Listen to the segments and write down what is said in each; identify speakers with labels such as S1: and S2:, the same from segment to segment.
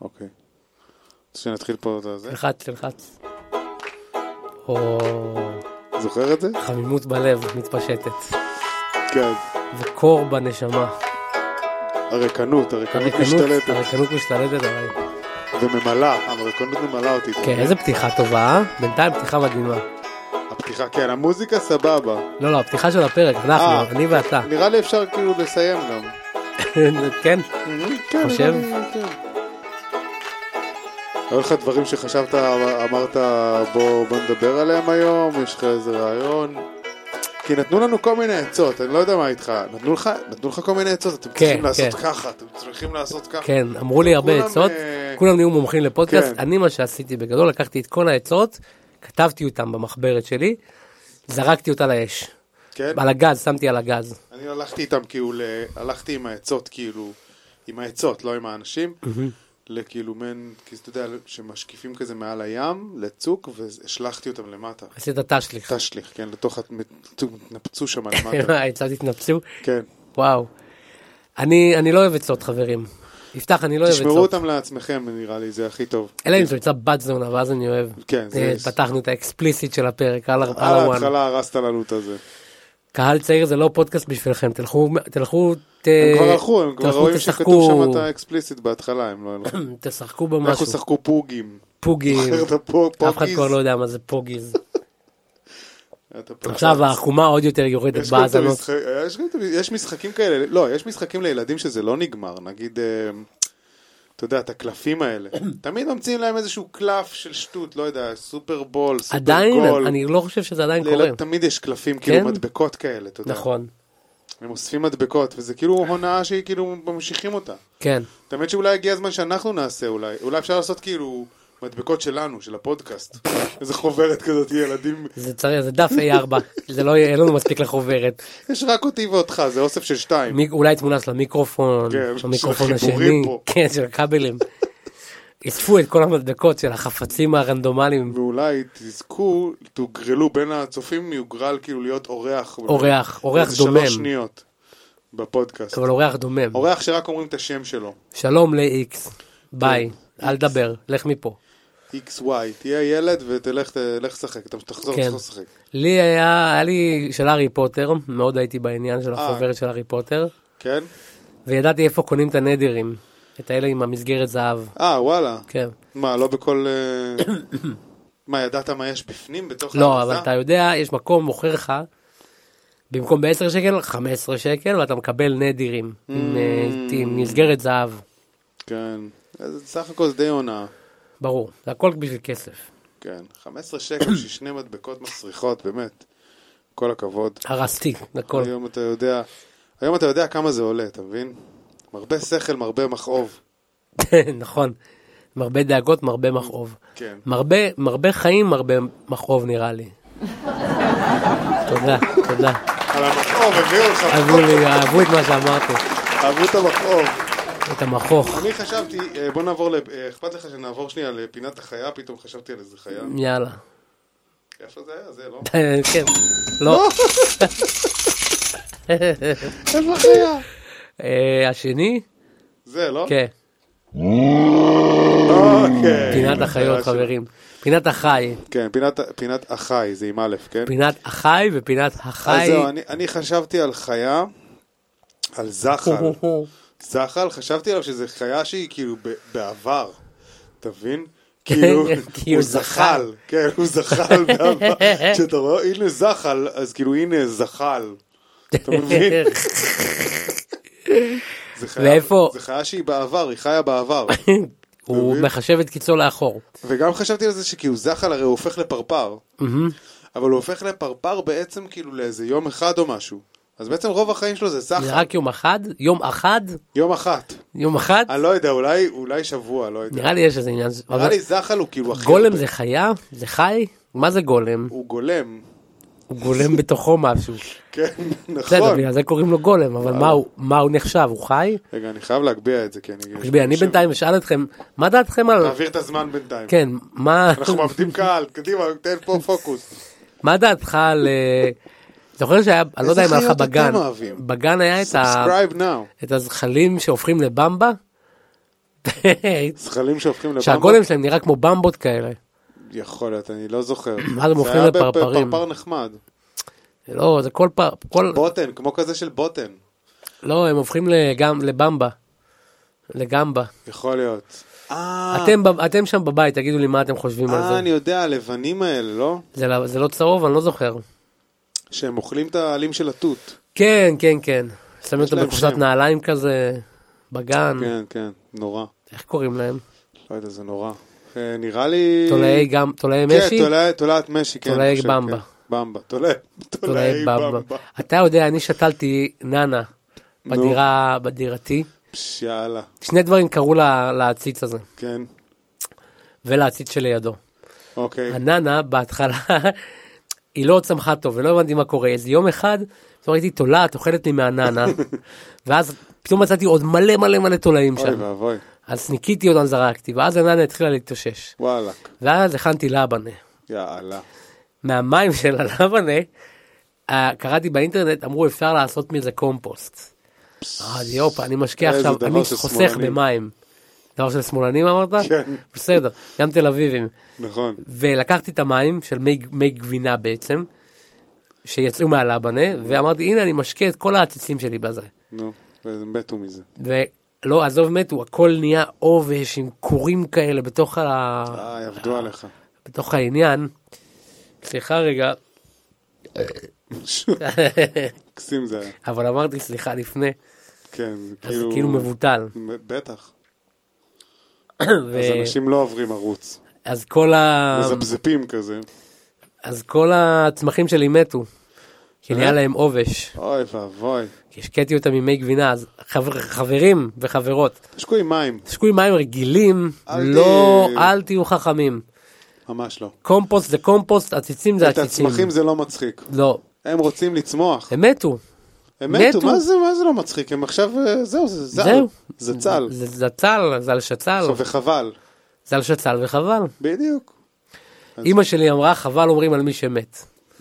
S1: אוקיי. אז שנתחיל פה את זה.
S2: תלחץ, תלחץ. או,
S1: זוכר את זה?
S2: חמימות בלב מתפשטת,
S1: כן.
S2: וקור בנשמה.
S1: הריקנות, הריקנות
S2: הריקנות,
S1: משתלטת.
S2: הריקנות משתלטת עליי.
S1: וממלאה, הריקנות ממלאה אותי. אתה
S2: כן,
S1: מבין?
S2: איזה פתיחה טובה, אה? בינתיים פתיחה מדהימה.
S1: הפתיחה, כן, המוזיקה סבבה.
S2: לא, לא, הפתיחה של הפרק, אנחנו,
S1: אה.
S2: אני ואתה.
S1: נראה לי אפשר כאילו לסיים גם.
S2: כן,
S1: כן, נראה
S2: חושב?
S1: לי, כן. היו לך דברים שחשבת, אמרת בוא, בוא נדבר עליהם היום, יש לך איזה רעיון? כי נתנו לנו כל מיני עצות, אני לא יודע מה איתך, נתנו לך, נתנו לך כל מיני עצות, אתם
S2: כן,
S1: צריכים לעשות
S2: כן.
S1: ככה, אתם צריכים לעשות ככה.
S2: כן, אמרו לי הרבה
S1: כולם,
S2: עצות,
S1: אה,
S2: כולם נהיו מומחים לפודקאסט,
S1: כן.
S2: אני מה שעשיתי בגדול, לקחתי את כל העצות, כתבתי אותן במחברת שלי, זרקתי אותה לאש.
S1: כן?
S2: על הגז, שמתי על הגז.
S1: אני הלכתי איתם כאילו, ל- הלכתי עם העצות כאילו, עם העצות, לא עם האנשים, לכאילו מן, כאילו אתה יודע, שמשקיפים כזה מעל הים, לצוק, והשלכתי אותם למטה.
S2: עשית תשליך.
S1: תשליך, כן, לתוך, הת- התנפצו שם למטה.
S2: העצות התנפצו,
S1: כן.
S2: וואו. אני אני לא אוהב עצות חברים. יפתח, אני לא אוהב
S1: תשמרו
S2: עצות.
S1: אותם לעצמכם, נראה לי, זה הכי טוב.
S2: אלא אם תמצא בת זונה, ואז אני אוהב.
S1: כן, זה- אה,
S2: אה, פתחנו את האקספליסיט של הפרק, על ה- על
S1: על
S2: הוואן.
S1: ההתחלה הרסת לנו את הזה.
S2: קהל צעיר זה לא פודקאסט בשבילכם, תלכו, תלכו, ת...
S1: הם כבר הלכו, הם כבר
S2: אה, תלכו,
S1: רואים שכתוב
S2: תשחקו.
S1: שם את האקספליסיט בהתחלה, הם לא הלכו.
S2: תשחקו
S1: אנחנו
S2: במשהו,
S1: שחקו פוגים.
S2: פוגים,
S1: זוכר את הפוג-
S2: אה, אף אחד
S1: פוגיז?
S2: כבר לא יודע מה זה פוגיז.
S1: אתה פוגס.
S2: עכשיו החומה עוד יותר יורדת
S1: יש גם את
S2: בהאזנות.
S1: המשחק- יש גם את המשחק- יש משחקים כאלה, לא, יש משחקים לילדים שזה לא נגמר, נגיד, אה, אתה יודע, את הקלפים האלה. תמיד ממציאים להם איזשהו קלף של שטות, לא יודע, סופרבול,
S2: עדיין,
S1: סופרגול.
S2: אני לא חושב שזה עדיין
S1: לילד-
S2: קורה.
S1: תמיד יש קלפים, כאילו
S2: כן?
S1: מדבקות כאלה, אתה יודע.
S2: נכון,
S1: הם אוספים מדבקות, וזה כאילו הונאה שהיא כאילו ממשיכים אותה.
S2: כן.
S1: האמת שאולי הגיע הזמן שאנחנו נעשה אולי, אולי אפשר לעשות כאילו מדבקות שלנו, של הפודקאסט. איזה חוברת כזאת, ילדים,
S2: זה צריך, זה דף A4, זה לא יהיה אין לנו מספיק לחוברת.
S1: יש רק אותי ואותך, זה אוסף של שתיים.
S2: מי- אולי תמונה של המיקרופון,
S1: כן,
S2: של המיקרופון
S1: של
S2: השני,
S1: החיבורים פה.
S2: כן, של הכבלים. אספו את כל המדבקות של החפצים הרנדומליים,
S1: ואולי תזכו, תוגרלו בין הצופים, יוגרל כאילו להיות אורח.
S2: אורח, אורח
S1: איזה שלוש
S2: דומם,
S1: שניות בפודקאסט.
S2: אבל אורח דומם.
S1: אורח שרק אומרים את השם שלו,
S2: שלום ל-X, ביי, אל דבר, לך מפה.
S1: XY, תהיה ילד ותלך תלך לשחק, אתה תחזור,
S2: כן.
S1: תחזור לא לשחק.
S2: לי היה, היה לי של הארי פוטר, מאוד הייתי בעניין של
S1: אה.
S2: החוברת של הארי פוטר,
S1: כן?
S2: וידעתי איפה קונים את הנדרים, את האלה עם המסגרת זהב,
S1: אה, וואלה.
S2: כן.
S1: מה, לא בכל... אה, מה, ידעת מה יש בפנים בתוך
S2: לא,
S1: האריזה?
S2: אבל אתה יודע, יש מקום מוכר לך, במקום ב-10 שקל, 15 שקל, ואתה מקבל נדירים, עם, אה, עם מסגרת זהב,
S1: כן. אז סך הכל זה די הונאה.
S2: ברור, זה הכל בשביל כסף.
S1: כן. 15 שקל ששני מדבקות מסריחות, באמת. כל הכבוד.
S2: הרסתי, הכל.
S1: היום אתה יודע... היום אתה יודע כמה זה עולה, אתה מבין? מרבה שכל, מרבה מכאוב.
S2: נכון, מרבה דאגות, מרבה מכאוב.
S1: כן.
S2: מרבה, מרבה חיים, מרבה מכאוב נראה לי. תודה, תודה.
S1: על המכאוב, הביאו לך
S2: אהבו לי, אהבו את מה שאמרתי,
S1: אהבו את המכאוב.
S2: את המכוך.
S1: אני חשבתי, אה, בוא נעבור, ל- אה, אכפת לך שנעבור שנייה לפינת החיה, פתאום חשבתי על איזה חיה.
S2: יאללה.
S1: איפה זה היה? זה לא?
S2: כן, לא.
S1: איפה חיה?
S2: אה, השני?
S1: זה, לא?
S2: כן,
S1: אוקיי.
S2: פינת החיות
S1: חיה שלי.
S2: חברים. פינת החי,
S1: כן, פינת, פינת החי, זה עם א', כן?
S2: פינת החי ופינת
S1: אז
S2: החי.
S1: זהו, אני, אני חשבתי על חיה, על זחל. זחל, חשבתי עליו שזו חיה שהיא כאילו ב- בעבר, אתה מבין? כאילו,
S2: כן, כי הוא
S1: הוא
S2: זחל.
S1: זחל, כן, הוא זחל בעבר. כשאתה רואה, הנה זחל, אז כאילו, הנה זחל. אתה מבין? זה חיה-
S2: ואיפה-
S1: זה חיה שהיא בעבר, היא חיה בעבר.
S2: הוא מחשב את קיצו לאחור.
S1: וגם חשבתי על זה שכאילו זחל הרי הוא הופך לפרפר.
S2: מהמם.
S1: אבל הוא הופך לפרפר בעצם כאילו לאיזה יום אחד או משהו. אז בעצם רוב החיים שלו זה
S2: זה
S1: סחר,
S2: רק יום אחד? יום אחד?
S1: יום אחת.
S2: יום אחד?
S1: אני לא יודע, אולי, אולי שבוע, לא יודע.
S2: נראה לי יש איזה עניין.
S1: נראה לי זחל הוא כאילו הכי...
S2: גולם
S1: הרבה-
S2: זה חיה? זה חי? מה זה גולם?
S1: הוא גולם,
S2: הוא גולם בתוכו משהו.
S1: כן,
S2: בסדר,
S1: נכון. אה.
S2: בגלל זה קוראים לו גולם, אבל מה הוא- מה הוא נחשב? הוא חי?
S1: רגע, אני חייב להגביה את זה, כי אני...
S2: תשמעי, אני בינתיים אשאל אתכם, מה דעתכם על...
S1: תעביר את הזמן בינתיים.
S2: כן, מה...
S1: אנחנו מאבדים קהל, קדימה, תן פה פוקוס.
S2: מה דעתך על... אה, זוכר שהיה, אני לא יודע אם היה לך
S1: חיות אתם
S2: בגן,
S1: אוהבים?
S2: בגן היה את ה-
S1: סאבסקרייב נאו.
S2: את הזחלים שהופכים לבמבה,
S1: זכלים שהופכים לבמבות?
S2: שהגולם שלהם נראה כמו במבות כאלה.
S1: יכול להיות, אני לא זוכר.
S2: מה זה מופכים
S1: זה היה
S2: לפרפרים?
S1: בפרפר נחמד.
S2: לא, זה כל פעם, כל...
S1: בוטן, כמו כזה של בוטן.
S2: לא, הם הופכים לגמ- לבמבה. לגמבה.
S1: יכול להיות. אה,
S2: אתם ב- אתם שם בבית, תגידו לי מה אתם חושבים על
S1: אה,
S2: זה.
S1: אני יודע, הלבנים האלה, לא?
S2: זה לא- זה לא צהוב, אני לא זוכר.
S1: שהם אוכלים את העלים של התות.
S2: כן, כן, כן. שמים אותם
S1: להם
S2: בקופסת
S1: שם.
S2: נעליים כזה, בגן,
S1: כן, כן, נורא.
S2: איך קוראים להם?
S1: לא יודע, זה נורא. אה, נראה לי...
S2: תולעי גם, תולעי משי?
S1: כן, תולע- תולעת משי, כן.
S2: תולעי
S1: אני חושב,
S2: במבה.
S1: כן. במבה, תולע-
S2: תולעי במבה. אתה יודע, אני שתלתי ננה
S1: נו.
S2: בדירה, בדירתי.
S1: פש, יאללה,
S2: שני דברים קרו ל- לעציץ הזה,
S1: כן.
S2: ולעציץ שלידו.
S1: אוקיי.
S2: הננה בהתחלה, היא לא צמחה טוב, ולא הבנתי מה קורה. איזה יום אחד, פתאום ראיתי תולעת אוכלת לי מהננה, ואז פתאום מצאתי עוד מלא מלא מלא תולעים
S1: אוי
S2: שם.
S1: ואבוי.
S2: אז ניקיתי אותם, זרקתי, ואז הננה התחילה להתאושש.
S1: וואלה.
S2: ואז הכנתי לבנה.
S1: יאללה.
S2: מהמים של הלבנה, אה, קראתי באינטרנט, אמרו אפשר לעשות מזה קומפוסט. אז יופה, אני משקיע
S1: איזה
S2: עכשיו,
S1: דבר
S2: אני
S1: של
S2: חוסך
S1: שמאלנים.
S2: במים. דבר של שמאלנים אמרת?
S1: כן.
S2: בסדר, גם תל אביבים.
S1: נכון.
S2: ולקחתי את המים של מי, מי גבינה בעצם, שיצאו מהלבנה, ואמרתי הנה אני משקה את כל העציצים שלי בזה.
S1: נו, והם מתו מזה.
S2: ולא, עזוב מתו, הכל נהיה עובש עם קורים כאלה בתוך, ה...
S1: אה, יעבדו עליך.
S2: בתוך העניין. סליחה רגע,
S1: מקסים זה היה.
S2: אבל אמרתי סליחה לפני,
S1: כן, זה
S2: אז
S1: כאילו...
S2: כאילו מבוטל.
S1: בטח.
S2: ו... אמ.
S1: אז אנשים לא עוברים ערוץ.
S2: אז כל ה...
S1: מזפזפים כזה.
S2: אז כל הצמחים שלי מתו. כי נהיה
S1: אה?
S2: להם עובש.
S1: אוי ואבוי.
S2: כי השקיתי אותם ממי גבינה, אז חבר... חברים וחברות,
S1: תשקו עם מים.
S2: תשקו עם מים רגילים,
S1: אל
S2: לא,
S1: תהיה-
S2: אל תהיו חכמים.
S1: ממש לא.
S2: קומפוסט זה קומפוסט, עציצים זה
S1: את
S2: עציצים.
S1: הצמחים זה לא מצחיק.
S2: לא,
S1: הם רוצים לצמוח.
S2: הם מתו.
S1: הם מתו,
S2: מתו.
S1: מה זה מה זה לא מצחיק? הם עכשיו, אה, זהו, זה זל.
S2: זהו.
S1: זה צל.
S2: זה זצל, זל שצל,
S1: וחבל.
S2: זל שצל וחבל.
S1: בדיוק.
S2: אימא שלי אמרה, חבל אומרים על מי שמת.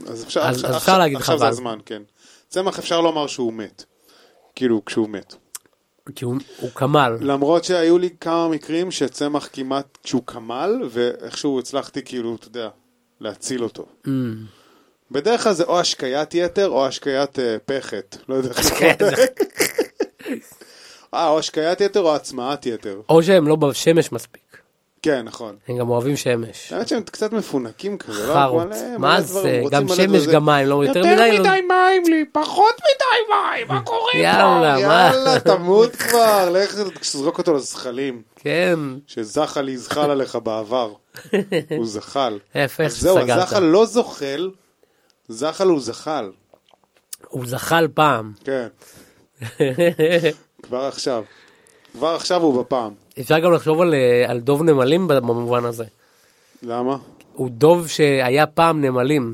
S1: אז אפשר,
S2: אז-
S1: עכשיו-
S2: אז אפשר
S1: עכשיו-
S2: להגיד
S1: עכשיו זה
S2: חבל.
S1: הזמן, כן. צמח אפשר לומר שהוא מת. כאילו, כשהוא מת.
S2: כי הוא הוא כמל.
S1: למרות שהיו לי כמה מקרים שצמח כמעט, כשהוא כמל, ואיכשהו הצלחתי כאילו, אתה יודע, להציל אותו.
S2: אמ.
S1: בדרך כלל זה או השקיית יתר או השקיית אה, פחת. לא יודע איך זה
S2: כן,
S1: קורה. אה, או השקיית יתר או הצמאת יתר.
S2: או שהם לא בשמש מספיק.
S1: כן, נכון.
S2: הם גם אוהבים שמש.
S1: האמת שהם קצת מפונקים כזה, לא?
S2: חרות.
S1: מלא- מלא
S2: מה זה?
S1: דברים, רוצים
S2: גם
S1: מלא
S2: שמש,
S1: דברים.
S2: גם מים, לא יותר מדי. לא-
S1: מים לי, פחות מדי מים, מה קורה פה?
S2: יאללה, מה?
S1: יאללה, תמות כבר, לך תזרוק אותו לזחלים.
S2: כן.
S1: שזחל יזחל עליך בעבר. הוא זחל.
S2: יפה, איך
S1: אז זהו, הזחל
S2: שסגרת.
S1: לא זוחל, זחל הוא זחל.
S2: הוא זחל פעם.
S1: כן, כבר עכשיו. כבר עכשיו הוא בפעם.
S2: אפשר גם לחשוב על, אה, על דוב נמלים במובן הזה.
S1: למה?
S2: הוא דוב שהיה פעם נמלים.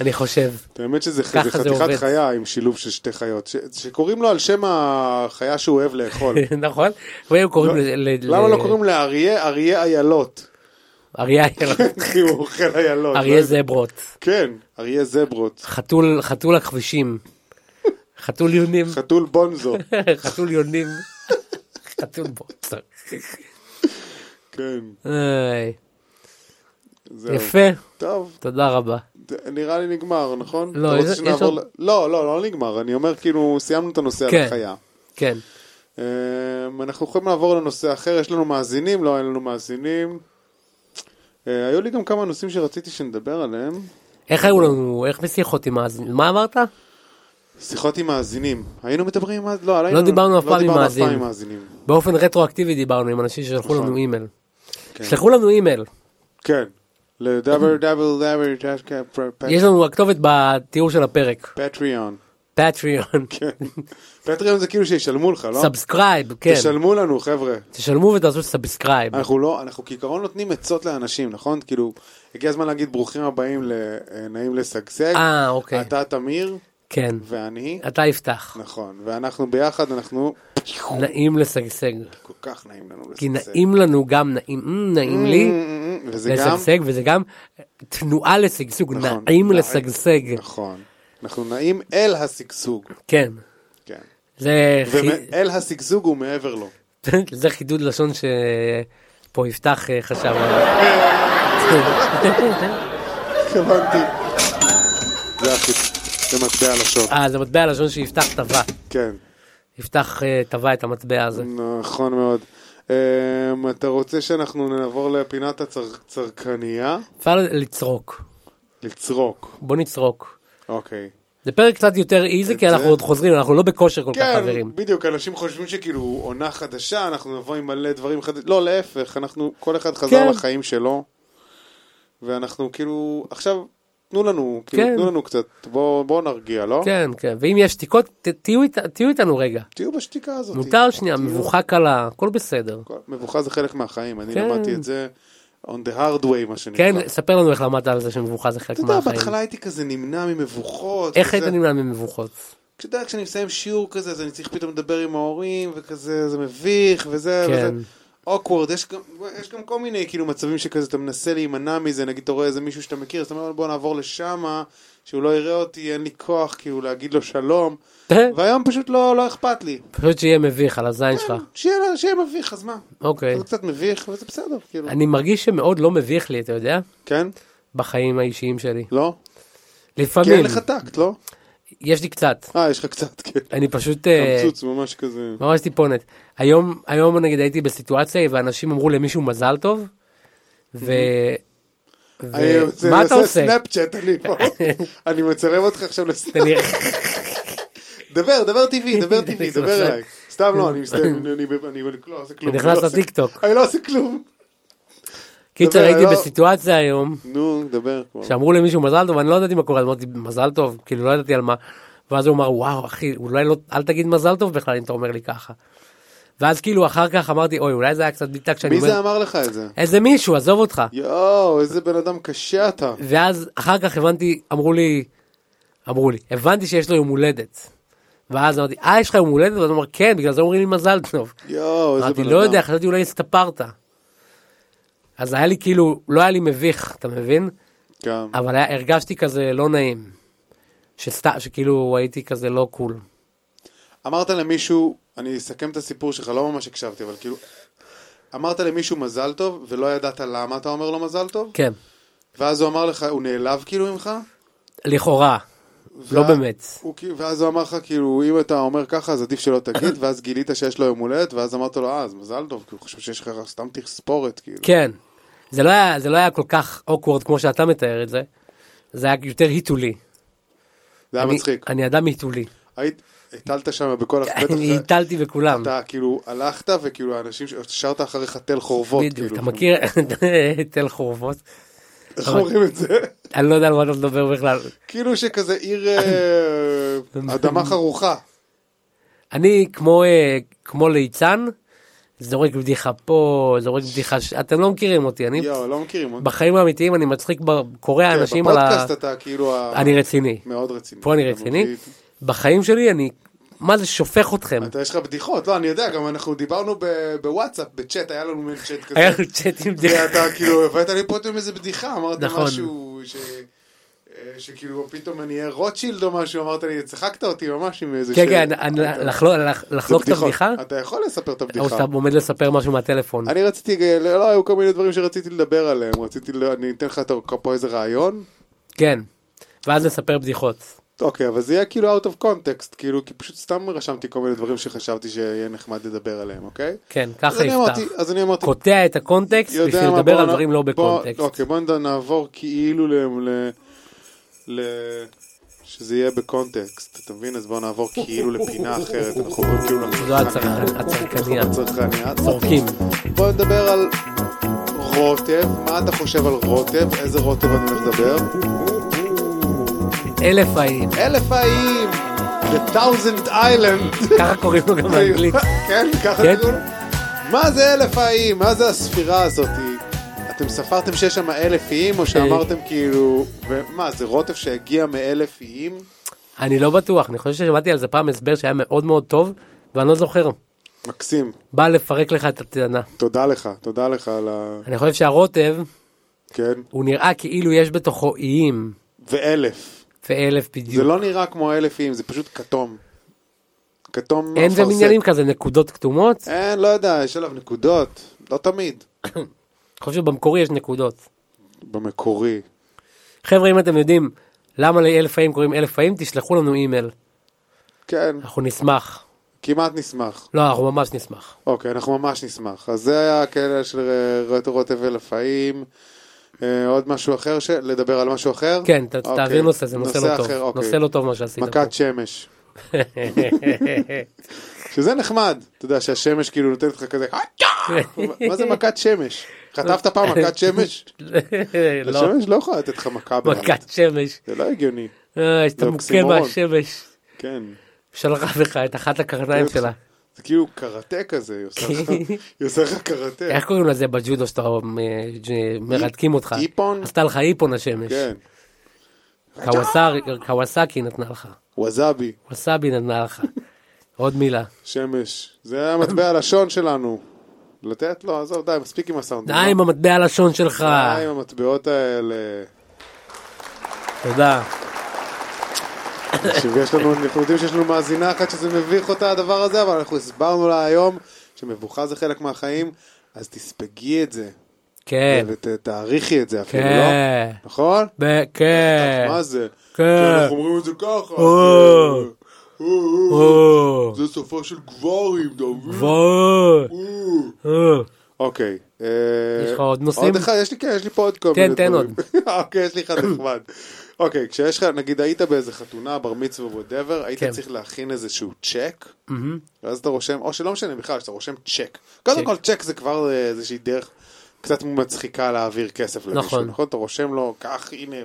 S2: אני חושב.
S1: האמת שזה זה
S2: ככה זה
S1: חתיכת
S2: עובד.
S1: חיה עם שילוב של שתי חיות, ש- שקוראים לו על שם החיה שהוא אוהב לאכול.
S2: נכון? והיו קוראים ל- ל...
S1: למה לא
S2: ל-
S1: קוראים לאריה אריה איילות?
S2: אריה
S1: כי הוא אוכל איילות.
S2: אריה זברות.
S1: כן, אריה זברות.
S2: חתול, חתול הכבישים. חתול יונים.
S1: חתול בונזו.
S2: חתול יונים. חתול בוטר.
S1: כן,
S2: איי,
S1: זהו.
S2: יפה,
S1: טוב,
S2: תודה רבה.
S1: ד- נראה לי נגמר, נכון?
S2: לא,
S1: אתה רוצה
S2: יש- יש
S1: שנעבור
S2: עוד-
S1: ל- לא, לא, לא נגמר. אני אומר כאילו, סיימנו את הנושא על
S2: כן.
S1: החיה.
S2: כן,
S1: אמ, אנחנו יכולים לעבור לנושא אחר, יש לנו מאזינים, לא אין לנו מאזינים. אה, היו לי גם כמה נושאים שרציתי שנדבר עליהם.
S2: איך היו לנו, איך בשיחות עם אז, מה אמרת? מאזינים.
S1: שיחות עם מאזינים. היינו מדברים עם... מאזינים? לא, לא,
S2: לא דיברנו אף פעם עם
S1: לא דיברנו אף
S2: מאזין.
S1: פעם עם מאזינים.
S2: באופן רטרואקטיבי דיברנו עם אנשים ששלחו
S1: נכון.
S2: לנו אימייל.
S1: כן.
S2: שלחו לנו אימייל,
S1: כן.
S2: יש
S1: ל-www.patreon.
S2: לנו הכתובת בתיאור של הפרק, פטריון,
S1: פטריון זה כאילו שישלמו לך, לא?
S2: סאבסקרייב, כן,
S1: תשלמו לנו, חבר'ה.
S2: תשלמו ותעשו סאבסקרייב,
S1: אנחנו לא, אנחנו כעיקרון נותנים עצות לאנשים, נכון? כאילו, הגיע הזמן להגיד ברוכים הבאים לנעים לשגשג.
S2: אה אוקיי,
S1: אתה תמיר
S2: כן,
S1: ואני.
S2: אתה יפתח,
S1: נכון. ואנחנו ביחד, אנחנו... נכון.
S2: נעים לשגשג,
S1: כל כך נעים לנו לשגשג.
S2: כי נעים לנו גם נעים, אמ, נעים לי,
S1: וזה אה, גם...
S2: לשגשג וזה גם תנועה לשגשוג,
S1: נכון,
S2: נעים
S1: נעים.
S2: לשגשג,
S1: נכון. אנחנו נעים אל השגשוג.
S2: כן.
S1: כן.
S2: זה חי-
S1: ואל השגשוג הוא מעבר לו.
S2: זה חידוד לשון שפה יפתח אה, חשב עליו.
S1: הבנתי. זה הכי... זה מטבע לשון.
S2: אה, זה מטבע לשון שיפתח טבע.
S1: כן.
S2: יפתח אה, טבע את המטבע הזה.
S1: נכון מאוד. אמ, אתה רוצה שאנחנו נעבור לפינת הצרכנייה?
S2: אפשר לצרוק.
S1: לצרוק.
S2: בוא נצרוק.
S1: אוקיי.
S2: זה פרק קצת יותר איזי, כי
S1: זה-
S2: אנחנו עוד חוזרים, אנחנו לא בכושר כל כך,
S1: כן,
S2: חברים.
S1: בדיוק, אנשים חושבים שכאילו עונה חדשה, אנחנו נבוא עם מלא דברים חדשים, לא, להפך, אנחנו, כל אחד
S2: כן.
S1: חזר לחיים שלו, ואנחנו כאילו, עכשיו, תנו לנו,
S2: כן.
S1: כאילו, תנו לנו קצת, בואו בואו נרגיע, לא?
S2: כן, כן. ואם יש שתיקות, ת- תהיו אית- תהיו איתנו רגע.
S1: תהיו בשתיקה הזאת.
S2: מותר שנייה,
S1: תהיו-
S2: מבוכה קלה, הכל בסדר.
S1: כל- מבוכה זה חלק מהחיים, אני
S2: כן.
S1: למדתי את זה on the hard way, מה שנקרא.
S2: כן, ספר לנו איך למדת על זה שמבוכה זה חלק
S1: אתה יודע,
S2: מהחיים.
S1: בהתחלה הייתי כזה נמנע ממבוכות.
S2: איך
S1: וזה-
S2: היית נמנע ממבוכות?
S1: אתה יודע, כשאני מסיים שיעור כזה, אז אני צריך פתאום לדבר עם ההורים, וכזה, זה מביך, וזה,
S2: כן.
S1: וזה, אוקוורד, יש, גם- יש גם כל מיני כאילו מצבים שכזה, אתה מנסה להימנע מזה, נגיד אתה רואה איזה מישהו שאתה מכיר, אז אתה אומר, בוא נעבור לשמה, שהוא לא יראה אותי, אין לי כוח כאילו להגיד לו שלום, והיום פשוט לא, לא אכפת לי.
S2: אה? פשוט שיהיה מביך על הזין שלך.
S1: שיהיה, שיהיה מביך, אז מה?
S2: אוקיי.
S1: זה קצת מביך, וזה בסדר, כאילו.
S2: אני מרגיש שמאוד לא מביך לי, אתה יודע?
S1: כן?
S2: בחיים האישיים שלי.
S1: לא? כי
S2: לפעמים,
S1: אין לך טקט, לא?
S2: יש לי קצת.
S1: אה, יש לך קצת, כן.
S2: אני פשוט... אה,
S1: קמצוץ, ממש כזה.
S2: ממש טיפונת. היום, היום נגיד הייתי בסיטואציה ואנשים אמרו למישהו מזל טוב, ו... ו-
S1: אני רוצה-
S2: מה אתה
S1: אני
S2: עושה?
S1: סנאפצ'אט, אני פה. אני מצרב אותך עכשיו לסנאפצ'אט.
S2: תן לי-
S1: דבר, דבר טבעי, דבר טבעי,
S2: זה
S1: דבר
S2: מצחיק.
S1: אליי. סתם לא, אני מסתכל, אני- אני- אני לא עושה כלום.
S2: כן. אני
S1: אני
S2: נכנס
S1: לא עושה-
S2: לטיקטוק.
S1: אני לא עושה כלום.
S2: קיצר,
S1: דבר,
S2: הייתי
S1: לא.
S2: בסיטואציה היום,
S1: נו, דבר כבר.
S2: שאמרו למישהו מזל טוב, אני לא ידעתי מה קורה, אז אמרתי מזל טוב, כאילו לא ידעתי על מה. ואז הוא אמר, וואו, אחי, אולי לא, אל תגיד מזל טוב בכלל אם אתה אומר לי ככה. ואז כאילו אחר כך אמרתי, אוי, אולי זה היה קצת ביטה כשאני
S1: מי זה
S2: אומר,
S1: אמר לך את זה?
S2: איזה מישהו, עזוב אותך.
S1: יואו, איזה בן אדם קשה אתה.
S2: ואז אחר כך הבנתי, אמרו לי, אמרו לי, הבנתי שיש לו יום הולדת. ואז אמרתי, אה, יש לך יום הולדת? ואז הוא אמר, כן, בגלל זה אומרים לי מזל טוב.
S1: יואו, איזה בן
S2: אמרתי,
S1: אדם.
S2: לא יודע, חשבתי אולי הסתפרת. אז היה לי כאילו, לא היה לי מביך, אתה מבין?
S1: גם.
S2: אבל היה, הרגשתי כזה לא נעים. שסת, שכאילו הייתי כזה לא קול.
S1: אמרת למישהו, אני אסכם את הסיפור שלך, לא ממש הקשבתי, אבל כאילו... אמרת למישהו מזל טוב, ולא ידעת למה אתה אומר לו מזל טוב,
S2: כן,
S1: ואז הוא אמר לך, הוא נעלב כאילו ממך?
S2: לכאורה, לא
S1: וה-
S2: באמת.
S1: הוא, כאילו- ואז הוא אמר לך, כאילו, אם אתה אומר ככה, אז עדיף שלא תגיד, ואז גילית שיש לו יום הולדת, ואז אמרת לו, אה, אז מזל טוב, כי הוא חושב שיש לך סתם תספורת, כאילו.
S2: כן. זה לא היה, זה לא היה כל כך אוקוורד כמו שאתה מתאר את זה. זה היה יותר היטולי.
S1: זה היה
S2: אני-
S1: מצחיק.
S2: אני אדם היטולי.
S1: היית, הטלת שם בכל... ה- בטח
S2: אני
S1: זה-
S2: הטלתי בכולם.
S1: אתה כאילו הלכת, וכאילו האנשים, ש- שרת אחריך תל חורבות,
S2: בדיוק,
S1: כאילו.
S2: אתה מכיר תל חורבות?
S1: איך אומרים את זה?
S2: אני לא יודע על מה אתה מדבר בכלל.
S1: כאילו שכזה עיר אה, אדמה חרוכה.
S2: אני כמו אה, כמו ליצן, זורק בדיחה פה, זורק בדיחה ש... אתם לא מכירים אותי, אני
S1: יואו, לא מכירים. אותי.
S2: בחיים האמיתיים אני מצחיק, ב- קורא
S1: כן,
S2: אנשים על ה...
S1: בפודקאסט אתה כאילו... ה-
S2: אני רציני.
S1: מאוד רציני.
S2: פה אני
S1: אתה
S2: רציני.
S1: מביא-
S2: בחיים שלי אני, מה זה שופך אתכם.
S1: אתה יש לך בדיחות, לא, אני יודע, גם אנחנו דיברנו ב- בוואטסאפ, בצ'אט, היה לנו מין צ'אט כזה.
S2: היה לנו צ'אט עם כן, בדיחה.
S1: ואתה כאילו הבאת לי פתאום איזה בדיחה, אמרת
S2: נכון.
S1: משהו ש... אה, שכאילו פתאום אני אהיה רוטשילד או משהו, אמרת לי, צחקת אותי ממש עם איזה...
S2: כן,
S1: ש-
S2: כן, אני-
S1: זה
S2: לחלוק- לחלוק את
S1: בדיחות.
S2: הבדיחה?
S1: אתה יכול לספר את
S2: או
S1: הבדיחה.
S2: שאתה עומד לספר משהו מהטלפון.
S1: אני רציתי, לא, היו כל מיני דברים שרציתי לדבר עליהם, רציתי, ל- אני אתן לך את ה- פה איזה רעיון.
S2: כן. ואז נספר בדיחות.
S1: אוקיי, אבל זה יהיה כאילו out of context, כאילו, כי פשוט סתם רשמתי כל מיני דברים שחשבתי שיהיה נחמד לדבר עליהם, אוקיי?
S2: כן,
S1: אז
S2: ככה
S1: אני
S2: יפתח.
S1: אמרתי, אז אני אמרתי,
S2: קוטע את הקונטקסט
S1: יודע
S2: בשביל
S1: מה,
S2: לדבר
S1: בוא
S2: על
S1: נע-
S2: דברים לא
S1: בוא-
S2: בקונטקסט.
S1: אוקיי, בוא נד- נעבור כאילו ל... ל... ל... שזה יהיה בקונטקסט, אתה מבין? אז בוא נעבור כאילו לפינה אחרת, אנחנו עוברים כאילו
S2: זו הצרכן- הצרכניה.
S1: הצרכניה.
S2: זורקים.
S1: בוא נדבר על רוטב, מה אתה חושב על רוטב? איזה רוטב אני הולך לדבר?
S2: אלף האיים.
S1: אלף האיים! The thousand island!
S2: ככה קוראים לו גם באנגלית.
S1: כן, ככה
S2: כן?
S1: תראו לו. מה זה אלף האיים? מה זה הספירה הזאתי? אתם ספרתם שיש שם אלף איים, או
S2: אה.
S1: שאמרתם כאילו... ומה, זה רוטף שהגיע מאלף איים?
S2: אני לא בטוח, אני חושב ששמעתי על זה פעם הסבר שהיה מאוד מאוד טוב, ואני לא זוכר.
S1: מקסים,
S2: בא לפרק לך את הטענה.
S1: תודה לך, תודה לך על ה...
S2: אני חושב שהרוטב,
S1: כן.
S2: הוא נראה כאילו יש בתוכו איים,
S1: ואלף.
S2: ואלף
S1: זה
S2: בדיוק.
S1: לא נראה כמו אלף איים, זה פשוט כתום. הכתום
S2: אין
S1: מפרסם.
S2: גם עניינים כזה, נקודות כתומות?
S1: אין, לא יודע, יש עליו נקודות, לא תמיד.
S2: אני חושב שבמקורי יש נקודות.
S1: במקורי.
S2: חבר'ה, אם אתם יודעים למה לאלף פעים קוראים אלף פעים, תשלחו לנו אימייל.
S1: כן,
S2: אנחנו נשמח.
S1: כמעט נשמח.
S2: לא, אנחנו ממש נשמח.
S1: אוקיי, אנחנו ממש נשמח. אז זה היה הקטע של אה, ר- רוטב ולפאים. אה, עוד משהו אחר, ש- לדבר על משהו אחר?
S2: כן, ת-
S1: אוקיי.
S2: תעביר נושא, זה נושא לא טוב.
S1: אחר, אוקיי.
S2: נושא לא טוב מה שעשית.
S1: מכת שמש. שזה נחמד, אתה יודע שהשמש כאילו נותנת לך כזה, מה זה מכת שמש? חטפת פעם מכת שמש?
S2: פה. לא,
S1: השמש לא יכולה לתת לך מכה באמת,
S2: מכת שמש.
S1: זה לא הגיוני,
S2: אה, שאתה
S1: זה
S2: מוכה
S1: אוקסימורון.
S2: מהשמש.
S1: כן.
S2: שלחה לך את אחת הקרניים שלה.
S1: זה כאילו קראטה כזה, היא עושה לך- היא עושה לך קראטה.
S2: איך קוראים לזה בג'ודו שאתה אה, ג'- מרתקים אותך?
S1: איפון?
S2: עשתה לך איפון השמש.
S1: כן,
S2: קוואסר- קוואסקי נתנה לך.
S1: ווזאבי,
S2: ווסאבי נתנה לך. עוד מילה.
S1: שמש, זה המטבע הלשון שלנו. לתת לו, עזוב, די, מספיק עם הסאונד.
S2: די עם המטבע הלשון שלך.
S1: די עם המטבעות האלה.
S2: תודה.
S1: תקשיב, יש לנו, אנחנו יודעים שיש לנו מאזינה אחת שזה מביך אותה הדבר הזה, אבל אנחנו הסברנו לה היום שמבוכה זה חלק מהחיים, אז תספגי את זה,
S2: כן.
S1: ותעריכי את זה אפילו, לא?
S2: כן.
S1: נכון?
S2: ב- כן.
S1: מה זה?
S2: כן.
S1: אנחנו אומרים את זה ככה.
S2: או.
S1: אה, אה, אה.
S2: או,
S1: זה שפה של גברים, אתה מבין?
S2: וואו.
S1: אה.
S2: או.
S1: אוקיי. אה,
S2: יש לך עוד נושאים?
S1: עוד אחד, יש לי, כן, יש לי פה עוד כל
S2: תן,
S1: מיני
S2: תן
S1: דברים. אוקיי, יש לי אחד נחמד. אוקיי, כשיש לך, נגיד היית באיזה חתונה, בר מצווה, וואטאבר, היית
S2: כן.
S1: צריך להכין איזשהו צ'ק, ואז אתה רושם, או שלא משנה בכלל, שאתה רושם צ'ק. קודם כל צ'ק זה כבר אה, איזושהי דרך. קצת מצחיקה להעביר כסף למישהו,
S2: נכון.
S1: נכון? אתה רושם לו, כך, הנה,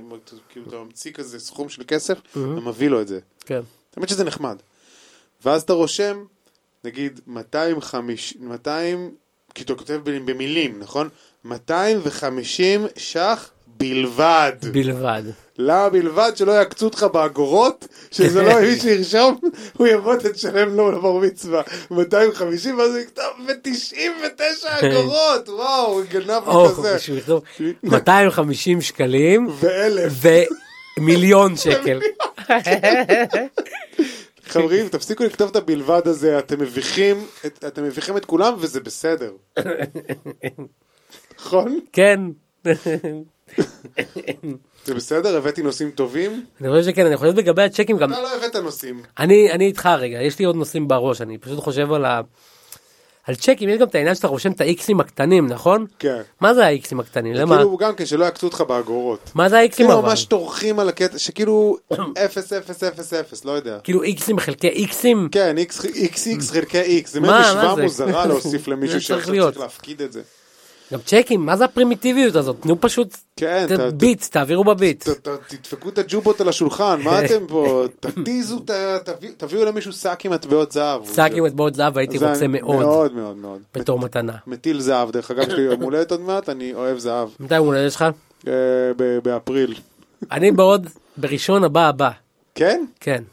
S1: כאילו אתה ממציא כזה סכום של כסף, ומביא לו את זה.
S2: כן.
S1: האמת שזה נחמד. ואז אתה רושם, נגיד, 250, 200, כי אתה כותב ב- במילים, נכון? 250 ש"ח בלבד. ב...
S2: בלבד.
S1: למה בלבד? שלא יקצו אותך באגורות, שזה לא מי שירשום, הוא יבוא תשלם לו לבר מצווה. 250, ואז הוא יכתוב ב-99 אגורות, וואו, הוא גנב
S2: או,
S1: לי כזה.
S2: בשביל לכתוב 250 שקלים
S1: ואלף.
S2: ומיליון שקל.
S1: חברים, תפסיקו לכתוב את הבלבד הזה, אתם מביכים את, אתם מביכים את כולם וזה בסדר. נכון?
S2: כן.
S1: זה בסדר? הבאתי נושאים טובים?
S2: אני חושב שכן, אני חושב לגבי הצ'קים גם,
S1: אתה לא הבאת נושאים.
S2: אני אני איתך רגע, יש לי עוד נושאים בראש, אני פשוט חושב על ה... על צ'קים, יש גם את העניין שאתה רושם את האיקסים הקטנים, נכון?
S1: כן.
S2: מה זה האיקסים הקטנים? למה?
S1: כאילו גם כן, שלא יקצו אותך באגורות.
S2: מה זה האיקסים
S1: כאילו
S2: אבל?
S1: ממש טורחים על הקטע, שכאילו 0, 0, 0, 0, לא יודע.
S2: כאילו איקסים חלקי איקסים?
S1: כן, איקס, איקס, איקס חלקי איקס, זה
S2: מה,
S1: מין
S2: מה
S1: משוואה
S2: זה?
S1: מוזרה להוסיף
S2: זה
S1: למישהו
S2: צריך
S1: שעכשיו
S2: להיות.
S1: צריך להפקיד את זה.
S2: גם צ'קים, מה זה הפרימיטיביות הזאת? נו פשוט,
S1: כן,
S2: ת-
S1: אתה-
S2: ביט, תעבירו בביט.
S1: ת- ת- תדפקו את הג'ובות על השולחן, מה אתם פה? תתיזו, ת- תביאו- תביאו למישהו שק עם מטבעות זהב.
S2: שק עם מטבעות זהב הייתי
S1: זה
S2: רוצה
S1: אני-
S2: מאוד
S1: מאוד מאוד מאוד.
S2: בתור מתנה.
S1: מטיל זהב, דרך אגב, יש לי יום הולדת עוד מעט, אני אוהב זהב.
S2: מתי יום הולדת שלך?
S1: אה, ב- באפריל.
S2: אני בעוד, בראשון הבא הבא.
S1: כן?
S2: כן.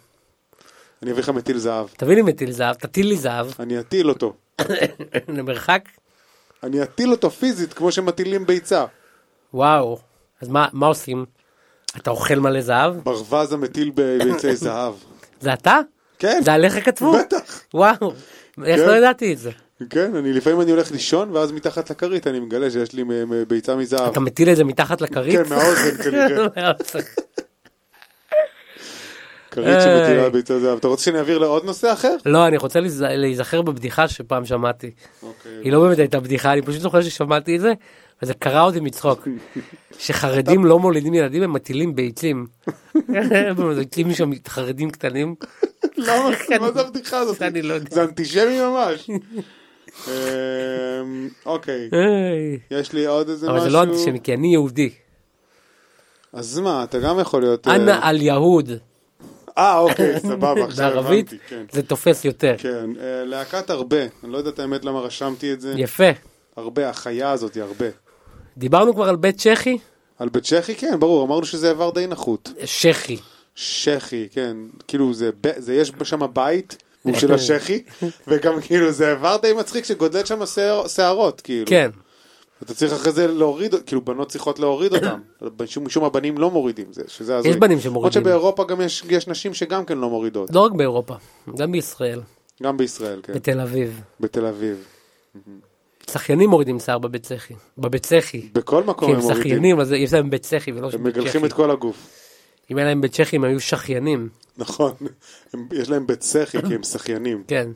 S1: אני אביא לך מטיל זהב.
S2: תביא לי מטיל זהב, תטיל לי זהב,
S1: אני אטיל אותו.
S2: למרחק.
S1: אני אטיל אותו פיזית, כמו שמטילים ביצה.
S2: וואו. אז מה, מה עושים? אתה אוכל מלא זהב?
S1: ברווז המטיל בביצי זהב.
S2: זה אתה?
S1: כן,
S2: זה עליך כתבו?
S1: בטח.
S2: וואו. איך
S1: כן.
S2: לא ידעתי את זה?
S1: כן, אני לפעמים אני הולך לישון, ואז מתחת לכרית אני מגלה שיש לי מ- מ- ביצה מזהב.
S2: אתה מטיל את זה מתחת לכרית?
S1: כן, מהאוזן כנראה. כרית
S2: היי.
S1: שמטילה ביצה זהב. אתה רוצה שאני אעביר לעוד נושא אחר?
S2: לא, אני רוצה להיז- להיזכר בבדיחה שפעם שמעתי.
S1: אוקיי.
S2: היא לא באמת הייתה בדיחה, אני פשוט זוכר ששמעתי את זה, וזה קרע אותי מצחוק. שחרדים לא מולידים ילדים, הם מטילים ביצים. מטילים שם חרדים קטנים. לא,
S1: למה? מה זה הבדיחה הזאת?
S2: אני לא יודע.
S1: זה אנטישמי ממש. אמ, אוקיי,
S2: היי.
S1: יש לי עוד איזה
S2: אבל זה לא
S1: משהו. כן.
S2: אנטישמי, כי אני יהודי.
S1: אז מה, אתה גם יכול להיות... אה,
S2: אנא על יהוד,
S1: אה, אוקיי, סבבה, עכשיו
S2: בערבית,
S1: הבנתי. כן.
S2: זה תופס יותר.
S1: כן, אה, להקת הרבה, אני לא יודע את האמת למה רשמתי את זה.
S2: יפה.
S1: הרבה, החיה הזאת היא הרבה.
S2: דיברנו כבר על בית צ'כי?
S1: על בית צ'כי, כן, ברור, אמרנו שזה איבר די נחות.
S2: שכי.
S1: שכי, כן, כאילו זה, ב- זה יש שם בית, הוא
S2: כן.
S1: של השכי, וגם כאילו זה איבר די מצחיק שגודל שם שיער- שערות, כאילו.
S2: כן.
S1: אתה צריך אחרי זה להוריד, כאילו בנות צריכות להוריד אותם. משום, משום הבנים לא מורידים זה, שזה הזוי.
S2: בנים שמורידים.
S1: למרות שבאירופה גם יש, יש נשים שגם כן לא מורידות.
S2: לא רק באירופה, גם בישראל.
S1: גם בישראל, כן.
S2: בתל אביב.
S1: בתל אביב.
S2: שחיינים מורידים שיער בבית צחי. בבית צחי.
S1: בכל מקום
S2: כי
S1: הם
S2: הם
S1: מורידים.
S2: שחיינים, אז יש להם בית צחי ולא
S1: הם
S2: בית צ'כי.
S1: מגלחים את כל הגוף.
S2: אם היה להם בית צ'כי, הם היו שחיינים.
S1: נכון. הם- יש להם בית צחי כי הם שחיינים.
S2: כן.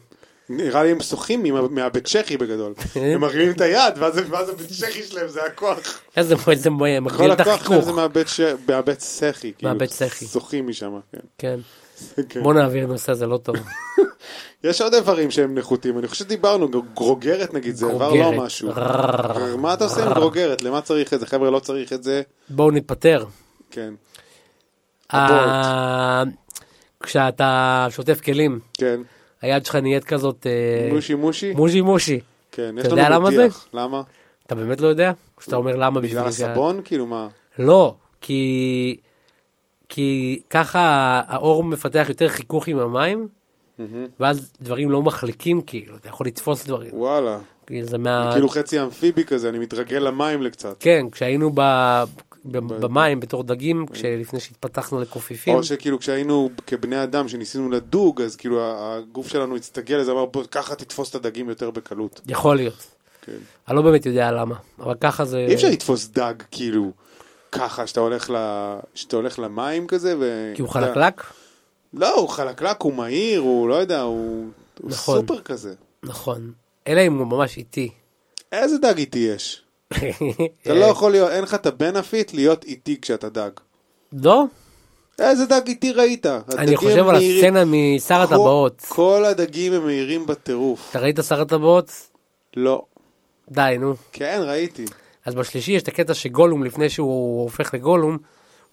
S1: נראה לי הם שוחים מה- מהבית צ'כי בגדול. הם מרימים את היד, ואז ואז הבית צ'כי שלהם זה הכוח.
S2: איזה מועד זה מועד,
S1: כל
S2: מגדיל את
S1: הכוח שלהם
S2: החיכוך.
S1: זה מהבית ש- מהבית צחי. כאילו,
S2: מהבית צחי.
S1: שוחים משם, כן.
S2: כן.
S1: כן.
S2: בוא נעביר נושא, זה לא טוב.
S1: יש עוד איברים שהם נחותים, אני חושב שדיברנו, ג- גרוגרת נגיד, זה איבר
S2: גרוגרת.
S1: לא משהו.
S2: רררר.
S1: מה אתה עושה עם גרוגרת? למה צריך את זה? חבר'ה, לא צריך את זה.
S2: בואו ניפטר.
S1: כן,
S2: אה, כשאתה שוטף כלים,
S1: כן.
S2: היד שלך נהיית כזאת... אה,
S1: מושי מושי?
S2: מושי מושי.
S1: כן, יש
S2: אתה
S1: לנו
S2: יודע למה זה? לא
S1: בטיח. למה?
S2: אתה באמת לא יודע? שאתה אומר למה בשביל...
S1: בגלל
S2: זה-
S1: הסבון? כאילו מה?
S2: לא, כי... כי ככה האור מפתח יותר חיכוך עם המים, ואז דברים לא מחליקים, כאילו, אתה יכול לתפוס דברים.
S1: וואלה.
S2: כאילו, זה מה...
S1: כאילו חצי אמפיבי כזה, אני מתרגל למים לקצת.
S2: כן, כשהיינו ב... ב- במים בתור דגים, כשלפני שהתפתחנו לקופיפים,
S1: או שכאילו כשהיינו כבני אדם, שניסינו לדוג, אז כאילו ה- הגוף שלנו הצטגל לזה, אמר בוא, ככה תתפוס את הדגים יותר בקלות.
S2: יכול להיות.
S1: כן.
S2: אני לא באמת יודע למה, אבל ככה זה...
S1: אי אפשר לתפוס דג כאילו ככה, שאתה הולך ל- שאתה הולך למים כזה, ו...
S2: כי הוא
S1: אתה יודע,
S2: חלקלק?
S1: לא, הוא חלקלק, הוא מהיר, הוא לא יודע, הוא הוא
S2: נכון.
S1: סופר כזה.
S2: נכון. אלא אם הוא ממש איטי.
S1: איזה דג איטי יש?
S2: אה.
S1: אתה לא יכול להיות, אין לך את הבנפיט להיות איטי כשאתה דג.
S2: לא?
S1: איזה דג איטי ראית?
S2: אני
S1: הדגים
S2: חושב על
S1: מהירים.
S2: הסצנה משר
S1: כל-
S2: הטבעות.
S1: כל הדגים הם מהירים בטירוף.
S2: אתה ראית שר הטבעות?
S1: לא.
S2: די, נו.
S1: כן, ראיתי.
S2: אז בשלישי יש את הקטע שגולום, לפני שהוא הופך לגולום, הוא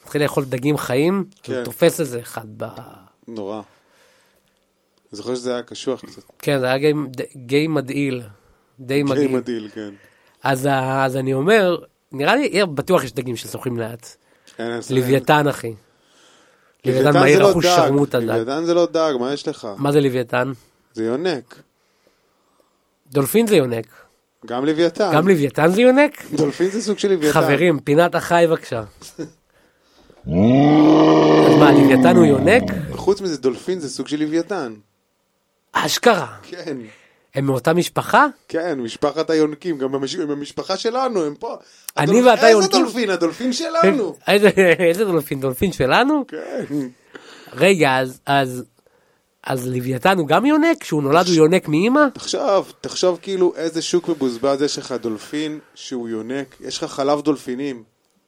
S2: מתחיל לאכול דגים חיים,
S1: כן.
S2: הוא תופס איזה אחד ב...
S1: נורא. אני זוכר שזה היה קשוח קצת.
S2: כן, זה היה גיי, ד- גיי מדעיל. די
S1: די
S2: מדהים.
S1: מדהיל, כן.
S2: אז, ה- אז אני אומר, נראה לי, בטוח יש דגים ששוחים לאט.
S1: אין, אין,
S2: לוויתן, אחי.
S1: אין.
S2: לוויתן
S1: זה
S2: מהיר,
S1: לא
S2: אחוז
S1: דג.
S2: שרמוטה דג.
S1: לוויתן זה לא דג, מה יש לך?
S2: מה זה לוויתן?
S1: זה יונק.
S2: דולפין זה יונק.
S1: גם לוויתן.
S2: גם לוויתן זה יונק?
S1: דולפין זה סוג של לוויתן.
S2: חברים, פינת החי בבקשה. אז מה, לוויתן הוא יונק?
S1: חוץ מזה, דולפין זה סוג של לוויתן.
S2: אשכרה.
S1: כן.
S2: הם מאותה משפחה?
S1: כן, משפחת היונקים, גם במש... עם המשפחה שלנו, הם פה.
S2: אני
S1: הדולפ-
S2: ואתה יונקים?
S1: איזה דולפין? הדולפין שלנו.
S2: אה, איזה איזה דולפין? דולפין שלנו?
S1: כן.
S2: רגע, אז- אז... אז לוויתן הוא גם יונק? כשהוא נולד הוא יונק מאימא?
S1: תחשוב, תחשוב כאילו איזה שוק מבוזבז יש לך דולפין שהוא יונק, יש לך חלב דולפינים.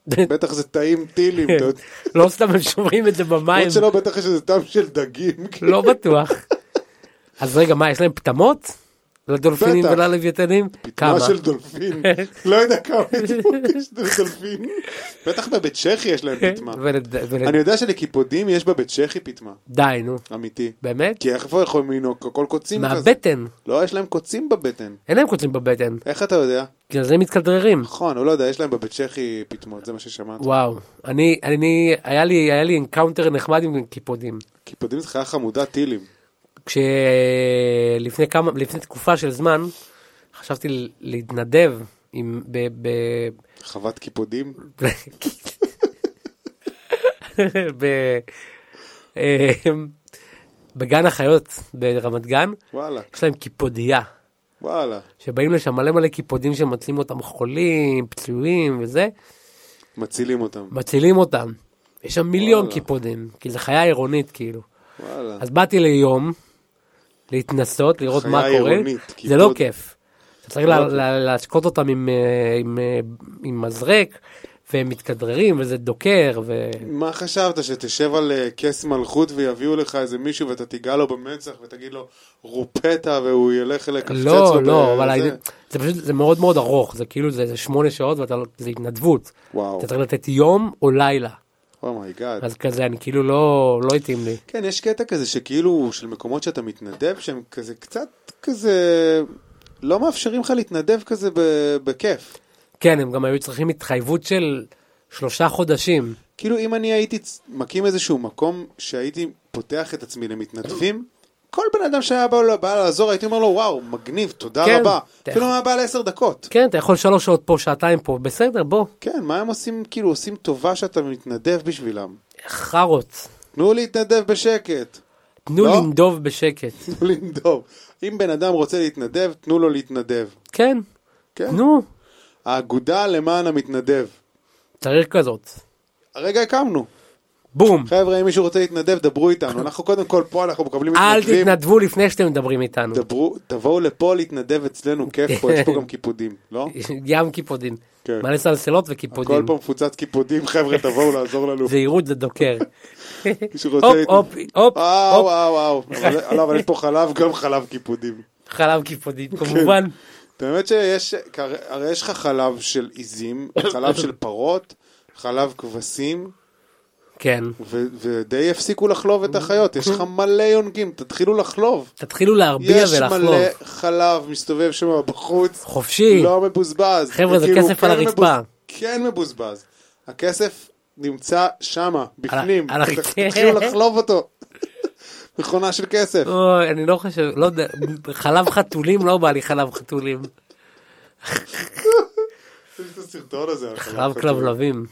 S1: בטח זה טעים טילים, אתה יודע.
S2: לא סתם הם שומרים את זה במים.
S1: למרות שלא בטח יש איזה טעם של דגים. כאילו.
S2: לא בטוח. אז רגע, מה, יש להם פטמות? לדולפינים
S1: בטח.
S2: וללוויתנים? כמה?
S1: מה של דולפין? לא יודע כמה פטמות יש לדולפין. בטח בבית צ'כי יש להם פטמה.
S2: כן, ולד- ולד-
S1: אני יודע שלקיפודים יש בבית צ'כי פטמה,
S2: די, נו.
S1: אמיתי.
S2: באמת?
S1: כי איך איפה יכולים לנהוג? הכל קוצים כן, כזה.
S2: מהבטן.
S1: לא, יש להם קוצים בבטן.
S2: אין להם קוצים בבטן.
S1: איך אתה יודע?
S2: בגלל זה הם מתכדררים.
S1: נכון, הוא לא יודע, יש להם בבית צ'כי פטמות, זה מה ששמעתי.
S2: וואו. אני, אני, היה לי, היה לי אנקאונטר נחמד עם קיפודים.
S1: קיפודים זה חיה חמודה טילים.
S2: כשלפני כמה, לפני תקופה של זמן, חשבתי ל- להתנדב עם, ב... ב...
S1: חוות קיפודים?
S2: ב... אה, בגן החיות ברמת גן,
S1: וואלה,
S2: יש להם קיפודייה,
S1: וואלה.
S2: שבאים לשם מלא מלא קיפודים שמוצאים אותם חולים, פצועים וזה,
S1: מצילים אותם.
S2: מצילים אותם. יש שם מיליון
S1: וואלה.
S2: קיפודים, כי זה חיה עירונית כאילו.
S1: וואלה.
S2: אז באתי ליום, להתנסות, לראות
S1: חיה
S2: מה קורה,
S1: עירונית,
S2: זה
S1: קיפוד.
S2: לא כיף. אתה צריך
S1: לא
S2: לה-
S1: כיף.
S2: לה- להשקות אותם עם, אה, עם, אה, עם מזרק, והם מתכדררים, וזה דוקר, ו...
S1: מה חשבת, שתשב על אה, כס מלכות ויביאו לך איזה מישהו ואתה תיגע לו במצח ותגיד לו רופטה והוא ילך לקפצץ לו?
S2: לא, לא,
S1: בזה?
S2: אבל העניין- זה פשוט, זה מאוד מאוד ארוך, זה כאילו, זה זה שמונה שעות, ואתה לא- זה התנדבות.
S1: וואו, Oh
S2: אתה צריך לתת יום או לילה.
S1: אומייגאד.
S2: אז כזה, אני כאילו לא, לא התאים לי.
S1: כן, יש קטע כזה שכאילו, של מקומות שאתה מתנדב, שהם כזה קצת כזה... לא מאפשרים לך להתנדב כזה ב- בכיף.
S2: כן, הם גם היו צריכים התחייבות של שלושה חודשים.
S1: כאילו אם אני הייתי צ- מקים איזשהו מקום שהייתי פותח את עצמי למתנדבים, כל בן אדם שהיה בא, לו- בא לעזור הייתי אומר לו וואו מגניב תודה
S2: כן,
S1: רבה.
S2: אתה
S1: אפילו
S2: יכול.
S1: מה בא לעשר דקות.
S2: כן, אתה יכול שלוש שעות פה, שעתיים פה, בסדר, בוא,
S1: כן מה הם עושים כאילו עושים טובה שאתה מתנדב בשבילם.
S2: חארות.
S1: תנו להתנדב בשקט.
S2: תנו
S1: לא?
S2: לנדוב בשקט.
S1: תנו לנדוב. אם בן אדם רוצה להתנדב, תנו לו להתנדב.
S2: כן,
S1: כן.
S2: נו,
S1: האגודה למען המתנדב.
S2: צריך כזאת.
S1: הרגע הקמנו.
S2: בום.
S1: חבר'ה, אם מישהו רוצה להתנדב, דברו איתנו. אנחנו קודם כל פה, אנחנו מקבלים
S2: אל
S1: מתנדבים.
S2: תתנדבו לפני שאתם מדברים איתנו.
S1: דברו, תבואו לפה להתנדב אצלנו, כיף פה, יש פה גם קיפודים, לא?
S2: ים קיפודים.
S1: כן.
S2: מלא סלסלות
S1: הכל
S2: וקיפודים.
S1: פה מפוצץ קיפודים, חבר'ה, תבואו לעזור לנו.
S2: זהירות זה דוקר.
S1: מישהו רוצה
S2: הופ,
S1: להת-
S2: הופ, הופ,
S1: וואו,
S2: הופ,
S1: וואו, וואו. אבל- לא, אבל יש פה חלב, גם חלב קיפודים.
S2: חלב קיפודים,
S1: כן.
S2: כמובן.
S1: באמת שיש, כי הרי הרי יש לך חלב של עיזים, חלב של פרות, חלב כבשים,
S2: כן.
S1: ו- ודי הפסיקו לחלוב את החיות, יש לך מלא יונקים, תתחילו לחלוב.
S2: תתחילו להרביע
S1: יש
S2: ולחלוב.
S1: מלא חלב מסתובב שם בחוץ,
S2: חופשי.
S1: לא מבוזבז.
S2: חבר'ה, זה
S1: כאילו,
S2: כסף על
S1: כן
S2: הרצפה.
S1: מבוז- כן מבוזבז. הכסף נמצא שמה, בפנים.
S2: על ה-
S1: תתחילו לחלוב אותו. מכונה של כסף.
S2: אוי, אני לא חושב, לא יודע, חלב חתולים לא בא לי חלב חתולים.
S1: יש את הסרטון הזה. על
S2: חלב
S1: חתול.
S2: כלבלבים.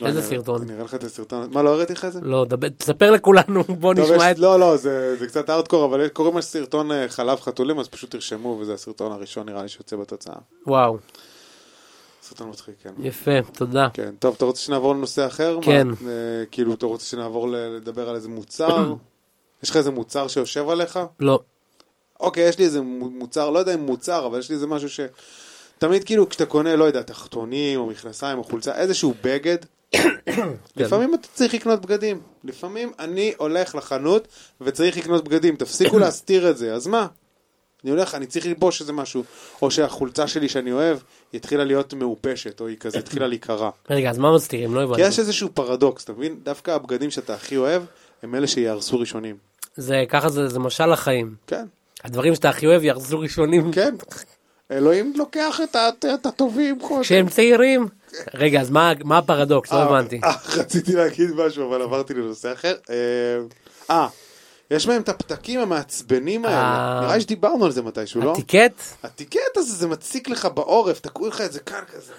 S1: לא,
S2: איזה
S1: אני-
S2: סרטון?
S1: אני אראה לך את הסרטון. מה, לא הראיתי לך את זה?
S2: לא, דבר- תספר לכולנו, בוא
S1: טוב, יש-
S2: נשמע את...
S1: לא, לא, זה זה קצת ארטקור, אבל קוראים לסרטון אה, חלב חתולים, אז פשוט תרשמו, וזה הסרטון הראשון נראה לי שיוצא בתוצאה.
S2: וואו,
S1: סרטון מצחיק, כן.
S2: יפה, תודה.
S1: כן, טוב, אתה רוצה שנעבור לנושא אחר?
S2: כן.
S1: מה, אה, כאילו, אתה רוצה שנעבור ל- לדבר על איזה מוצר? יש לך איזה מוצר שיושב עליך?
S2: לא,
S1: אוקיי, יש לי איזה מו- מוצר, לא יודע אם מוצר, אבל יש לי איזה משהו ש... תמיד כאילו, כשאתה קונה, לא יודע, תחתונים, או מכנסיים, או חולצה, איזשהו בגד, לפעמים אתה צריך לקנות בגדים. לפעמים אני הולך לחנות וצריך לקנות בגדים, תפסיקו להסתיר את זה, אז מה? אני הולך, אני צריך ללבוש איזה משהו. או שהחולצה שלי שאני אוהב, היא התחילה להיות מעופשת, או היא כזה התחילה להיקרע.
S2: רגע, אז מה מסתירים? לא
S1: כי יש
S2: הבנתי.
S1: איזשהו פרדוקס, אתה מבין? דווקא הבגדים שאתה הכי אוהב, הם אלה שיהרסו ראשונים.
S2: זה ככה, זה זה משל לחיים.
S1: כן,
S2: הדברים שאתה הכי אוהב יחזרו ראשונים.
S1: כן. אלוהים לוקח את ה- את הטובים קודם.
S2: כשהם צעירים. רגע, אז מה- מה הפרדוקס? לא
S1: אה,
S2: הבנתי.
S1: אה, רציתי להגיד משהו, אבל עברתי לנושא אחר. אה, אה, יש מהם את הפתקים המעצבנים האלה.
S2: אה.
S1: נראה לי שדיברנו על זה מתישהו, לא?
S2: הטיקט?
S1: הטיקט הזה, זה מציק לך בעורף, תקעו לך את זה כאן כזה,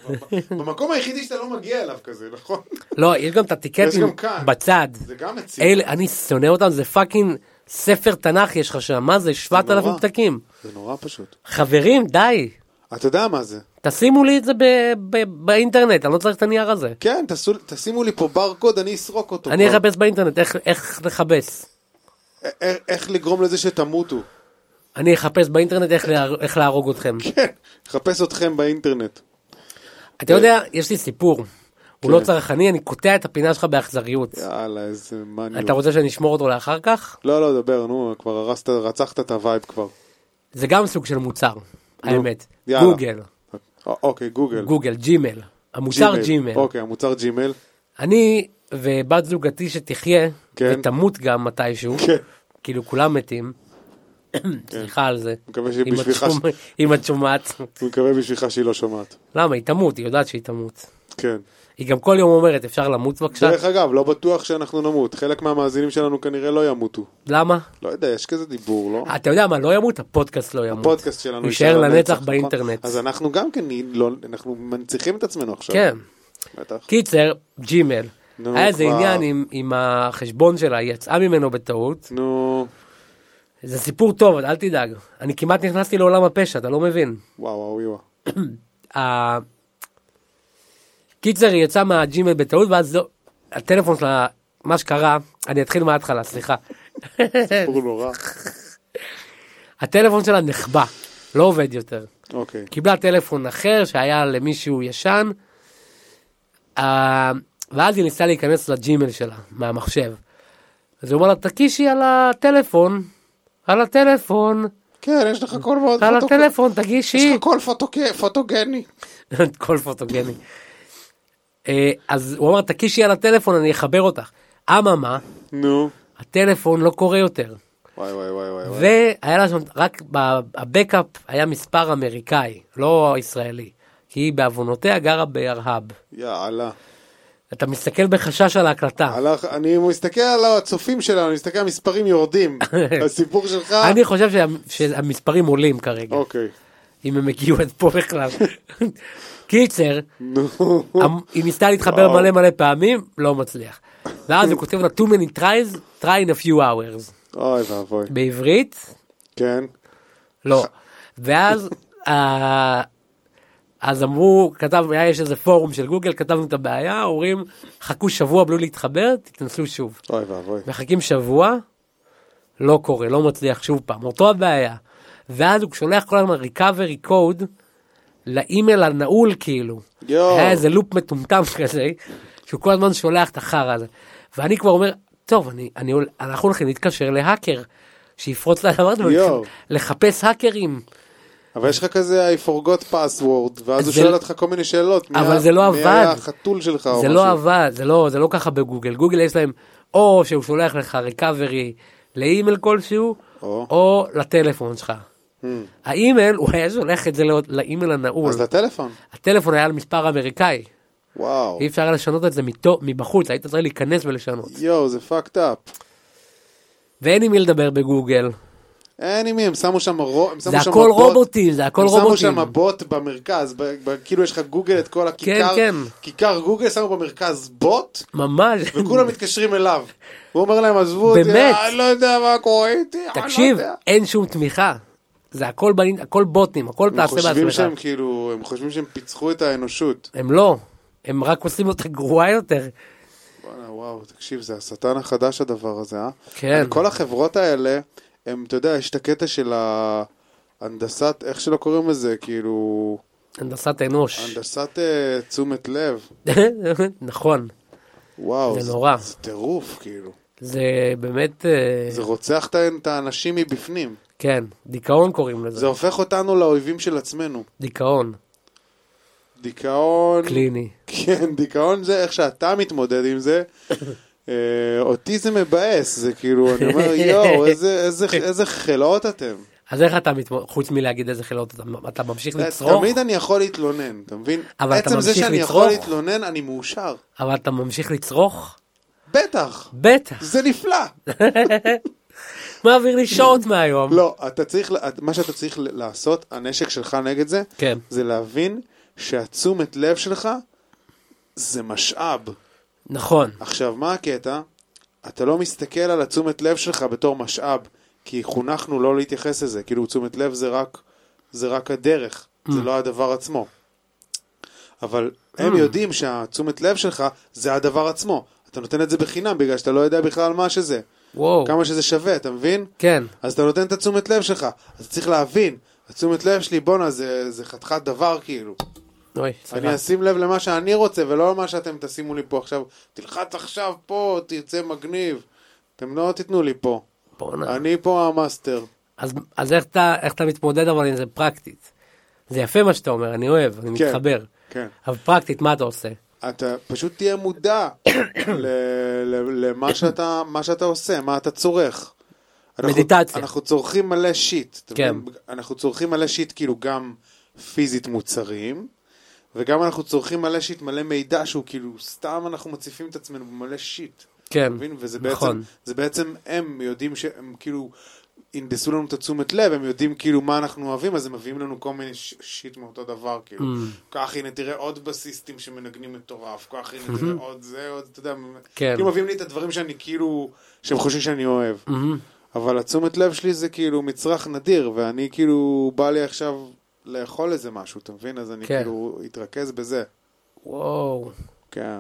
S1: ב- במקום היחידי שאתה לא מגיע אליו כזה, נכון?
S2: לא, יש גם
S1: יש
S2: את
S1: גם
S2: הטיקטים
S1: כאן.
S2: בצד.
S1: זה גם מציק.
S2: אלה, אני שונא אותם, זה פאקינג ספר תנ"ך יש לך שם, מה זה, 7,000
S1: נורא.
S2: פתקים.
S1: זה נורא פשוט.
S2: חברים, די,
S1: אתה יודע מה זה.
S2: תשימו לי את זה ב- ב- באינטרנט, אני לא צריך את הנייר הזה.
S1: כן, נכון. תעשו- תשימו לי פה ברקוד, אני אסרוק אותו.
S2: אני
S1: כבר.
S2: אחפש באינטרנט, איך- איך לכבס.
S1: א- א- איך לגרום לזה שתמותו.
S2: אני אחפש באינטרנט איך להר- איך להרוג אתכם.
S1: כן, חפש אתכם באינטרנט.
S2: אתה יודע, יש לי סיפור. הוא לא צרכני, אני קוטע את הפינה שלך באכזריות.
S1: כן. יאללה, איזה מניאק.
S2: אתה רוצה שאני אשמור אותו לאחר כך?
S1: לא, לא, דבר, נו, כבר הרסת, רצחת את הווייב כבר.
S2: זה גם סוג של מוצר, האמת.
S1: יאללה.
S2: גוגל,
S1: א- אוקיי, גוגל.
S2: גוגל, ג'ימל. המוצר ג'ימל.
S1: אוקיי, המוצר ג'ימל.
S2: אני ובת זוגתי שתחיה,
S1: כן.
S2: ותמות גם מתישהו,
S1: כן.
S2: כאילו כולם מתים, סליחה על זה.
S1: מקווה
S2: אם את
S1: שבשבילך-
S2: שומע- אם את שומעת,
S1: אני מקווה בשבילך שהיא לא שומעת.
S2: למה? היא תמות, היא יודעת שהיא תמות.
S1: כן.
S2: היא גם כל יום אומרת, אפשר למות בבקשה?
S1: דרך אגב, לא בטוח שאנחנו נמות. חלק מהמאזינים שלנו כנראה לא ימותו.
S2: למה?
S1: לא יודע, יש כזה דיבור, לא?
S2: אתה יודע מה, לא ימות, הפודקאסט לא ימות.
S1: הפודקאסט שלנו
S2: הוא יישאר לנצח
S1: נכון?
S2: באינטרנט.
S1: אז אנחנו גם כן, נ- לא- אנחנו מנציחים את עצמנו עכשיו.
S2: כן.
S1: בטח.
S2: קיצר, ג'ימל.
S1: נו,
S2: היה איזה
S1: כבר.
S2: עניין עם- עם החשבון שלה, היא יצאה ממנו בטעות.
S1: נו,
S2: זה סיפור טוב, אל תדאג. אני כמעט נכנסתי לעולם הפשע, אתה לא מבין.
S1: וואו, וואו, וואו.
S2: ה- קיצר, היא יצאה מהג'ימל בטעות, ואז זו- הטלפון שלה, מה שקרה, אני אתחיל מההתחלה, סליחה.
S1: סיפור נורא.
S2: הטלפון שלה נחבא, לא עובד יותר.
S1: אוקיי.
S2: קיבלה טלפון אחר שהיה למישהו ישן, אה, ואז היא ניסתה להיכנס לג'ימל שלה, מהמחשב. אז הוא אומר לה, תקישי על הטלפון, על הטלפון,
S1: כן, יש לך כל מאוד
S2: על
S1: פוטו-
S2: הטלפון,
S1: יש
S2: תגישי.
S1: לך קול פוטו- פוטוגני.
S2: כל פוטוגני. אה, אז הוא אמר, תקישי על הטלפון, אני אחבר אותך. אממה,
S1: נו.
S2: הטלפון לא קורה יותר.
S1: וואי, וואי, וואי, וואי. וואי.
S2: והיה לה שם, רק בבקאפ היה מספר אמריקאי, לא ישראלי. כי היא בעוונותיה גרה בארהב.
S1: יאללה.
S2: אתה מסתכל בחשש על ההקלטה.
S1: הלך, אני מסתכל על הצופים שלנו, אני מסתכל על המספרים יורדים. הסיפור שלך...
S2: אני חושב שה- שהמספרים עולים כרגע,
S1: אוקיי.
S2: אם הם הגיעו עד פה בכלל. קיצר,
S1: נו.
S2: המ- היא ניסתה להתחבר
S1: וואו.
S2: מלא מלא פעמים, לא מצליח. ואז הוא כותב לה too many tries, try in a few hours.
S1: אוי ואבוי.
S2: בעברית,
S1: כן.
S2: לא. ואז, אה, אז אמרו, כתב, היה יש איזה פורום של גוגל, כתבנו את הבעיה, אומרים, חכו שבוע בלי להתחבר, תתנסו שוב.
S1: אוי ואבוי.
S2: מחכים שבוע, לא קורה, לא מצליח שוב פעם, אותו הבעיה. ואז הוא שולח כל הזמן recovery code לאימייל הנעול כאילו.
S1: יואו.
S2: היה איזה לופ מטומטם כזה, שהוא כל הזמן שולח את החרא הזה. ואני כבר אומר, טוב, אני, אני, הול- אנחנו הולכים להתקשר להאקר, שיפרוץ לדבר הזה,
S1: יואו.
S2: לחפש האקרים.
S1: אבל יש לך כזה I forgot password, ואז הוא
S2: זה-
S1: שואל אותך כל מיני שאלות. מי
S2: אבל
S1: ה-
S2: זה לא
S1: מי
S2: עבד.
S1: היה החתול שלך או
S2: זה
S1: משהו.
S2: לא עבד, זה לא, זה לא ככה בגוגל. גוגל יש להם, או שהוא שולח לך recovery לאימייל
S1: או.
S2: כלשהו,
S1: Hmm.
S2: או, או לטלפון שלך. האימייל, הוא היה שולח את זה לא- לאימייל הנעול.
S1: אז לטלפון.
S2: הטלפון היה על מספר אמריקאי.
S1: וואו.
S2: אי אפשר היה לשנות את זה מתו- מבחוץ, היית צריך להיכנס ולשנות.
S1: יואו, זה fucked up.
S2: ואין עם מי לדבר בגוגל.
S1: אין עם מי, הם שמו שם רו- הם שמו
S2: זה
S1: שם
S2: הכל
S1: בוט.
S2: רובוטים, זה הכל
S1: הם שמו
S2: רובוטים.
S1: שם בוט במרכז, ב- ב- כאילו יש לך גוגל את כל הכיכר,
S2: כן, כן.
S1: כיכר גוגל שמו במרכז בוט,
S2: ממש.
S1: וכולם מתקשרים אליו. הוא אומר להם עזבו אותי,
S2: באמת?
S1: אני לא יודע מה קורה איתי, אני לא
S2: תקשיב,
S1: יודע."
S2: אין שום תמיכה. זה הכל באינ- הכל בוטים, הכל
S1: הם
S2: תעשה
S1: חושבים
S2: בעצמך.
S1: שהם כאילו, הם חושבים שהם פיצחו את האנושות.
S2: הם לא, הם רק עושים אותה גרועה יותר.
S1: וואלה, וואו, תקשיב, זה השטן החדש הדבר הזה, אה?
S2: כן.
S1: על כל החברות האלה, הם, אתה יודע, יש את הקטע של ההנדסת, איך שלא קוראים לזה, כאילו,
S2: הנדסת אנוש.
S1: הנדסת אה, תשומת לב.
S2: נכון.
S1: וואו,
S2: זה נורא.
S1: זה טירוף, כאילו.
S2: זה באמת, אה,
S1: זה רוצח את ה- את האנשים מבפנים.
S2: כן, דיכאון קוראים לזה.
S1: זה הופך אותנו לאויבים של עצמנו.
S2: דיכאון
S1: דיכאון,
S2: קליני.
S1: כן, דיכאון זה איך שאתה מתמודד עם זה. אה, אותי זה מבאס, זה כאילו, אני אומר, יואו, איזה- איזה- איזה חלאות אתם.
S2: אז איך אתה מתמודד, חוץ מלהגיד איזה חילאות, אתה- אתה ממשיך לצרוך,
S1: תמיד אני יכול להתלונן, אתה מבין?
S2: אבל אתה
S1: עצם זה
S2: ממשיך
S1: שאני יכול
S2: לצרוך.
S1: להתלונן, אני מאושר.
S2: אבל אתה ממשיך לצרוך?
S1: בטח,
S2: בטח.
S1: זה נפלא.
S2: מעביר לי שעות מהיום.
S1: לא, אתה צריך, ל- מה שאתה צריך ל- לעשות, הנשק שלך נגד זה,
S2: כן.
S1: זה להבין שהתשומת לב שלך זה משאב.
S2: נכון.
S1: עכשיו, מה הקטע? אתה לא מסתכל על התשומת לב שלך בתור משאב, כי חונכנו לא להתייחס לזה, כאילו תשומת לב זה רק, זה רק הדרך,
S2: Mm.
S1: זה לא הדבר עצמו. אבל הם יודעים שהתשומת לב שלך זה הדבר עצמו. אתה נותן את זה בחינם בגלל שאתה לא יודע בכלל מה שזה.
S2: וואו.
S1: כמה שזה שווה, אתה מבין?
S2: כן.
S1: אז אתה נותן את התשומת לב שלך. אז צריך להבין, התשומת לב שלי, בואנה, זה, זה חתיכת דבר כאילו.
S2: אוי,
S1: אני
S2: סליחה.
S1: אשים לב למה שאני רוצה ולא למה שאתם תשימו לי פה עכשיו. תלחץ עכשיו פה, תרצה מגניב. אתם לא תיתנו לי פה.
S2: בואנה.
S1: אני פה המאסטר.
S2: אז- אז איך אתה- איך אתה מתמודד אבל עם זה פרקטית? זה יפה מה שאתה אומר, אני אוהב, אני
S1: כן.
S2: מתחבר.
S1: כן.
S2: אבל פרקטית, מה אתה עושה?
S1: אתה פשוט תהיה מודע ל- ל- למה שאתה, מה שאתה עושה, מה אתה צורך. אנחנו-
S2: מדיטציה.
S1: אנחנו צורכים מלא שיט. אתה
S2: כן.
S1: מבין? אנחנו צורכים מלא שיט כאילו גם פיזית מוצרים, וגם אנחנו צורכים מלא שיט מלא מידע שהוא כאילו סתם אנחנו מציפים את עצמנו במלא שיט.
S2: כן,
S1: אתה מבין? וזה בעצם,
S2: נכון.
S1: זה בעצם הם יודעים שהם כאילו הנדסו לנו את התשומת לב, הם יודעים כאילו מה אנחנו אוהבים, אז הם מביאים לנו כל מיני ש- שיט מאותו דבר, כאילו.
S2: Mm.
S1: כך הנה תראה עוד בסיסטים שמנגנים מטורף, כך הנה תראה עוד זה, עוד, אתה יודע,
S2: Mm-hmm. כן. Mm-hmm.
S1: כאילו מביאים לי את הדברים שאני כאילו, שהם חושבים שאני אוהב. אבל התשומת לב שלי זה כאילו מצרך נדיר, ואני כאילו, בא לי עכשיו לאכול איזה משהו, אתה מבין? אז אני
S2: כן.
S1: כאילו אתרכז בזה.
S2: וואו,
S1: כן.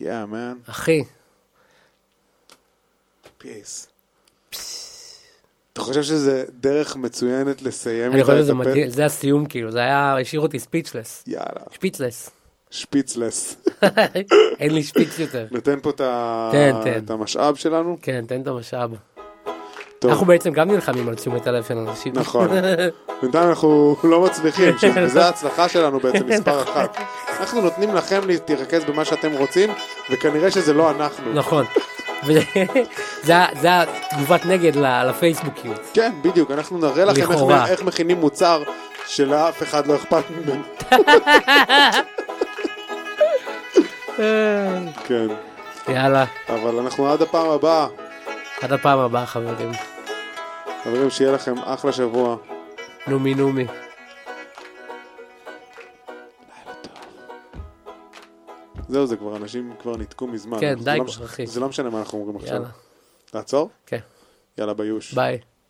S1: Yeah, man.
S2: אחי,
S1: פיס. אתה חושב שזה דרך מצוינת לסיים
S2: אני
S1: איתה
S2: חושב
S1: את
S2: שזה
S1: הפרק?
S2: מדהים, זה הסיום כאילו, זה היה, השאיר אותי ספיצ'לס.
S1: יאללה,
S2: שפיצלס.
S1: שפיצלס.
S2: אין לי שפיץ יותר.
S1: נותן פה את ה-
S2: תן, תן.
S1: את המשאב שלנו?
S2: כן, תן את המשאב.
S1: טוב.
S2: אנחנו בעצם גם נלחמים על תשומת הלב של אנשים.
S1: נכון. בינתיים אנחנו לא מצליחים, שזו ההצלחה שלנו בעצם מספר אחת.
S2: נכון.
S1: אנחנו נותנים לכם להתרכז במה שאתם רוצים, וכנראה שזה לא אנחנו.
S2: נכון. וזה- זה ה- זה התגובת נגד ל- לפייסבוקיות.
S1: כן, בדיוק, אנחנו נראה לכם איך-
S2: לכאורה.
S1: איך מכינים מוצר שלאף אחד לא אכפת ממנו.
S2: אה,
S1: כן,
S2: יאללה,
S1: אבל אנחנו עד הפעם הבאה.
S2: עד הפעם הבאה חברים.
S1: חברים, שיהיה לכם אחלה שבוע.
S2: נומי נומי.
S1: זהו, זה כבר, אנשים כבר ניתקו מזמן.
S2: כן,
S1: זה
S2: די
S1: לא
S2: כבר,
S1: מש-
S2: אחי.
S1: זה לא משנה מה אנחנו אומרים עכשיו.
S2: יאללה.
S1: לעצור?
S2: כן.
S3: יאללה ביוש.
S1: ביי.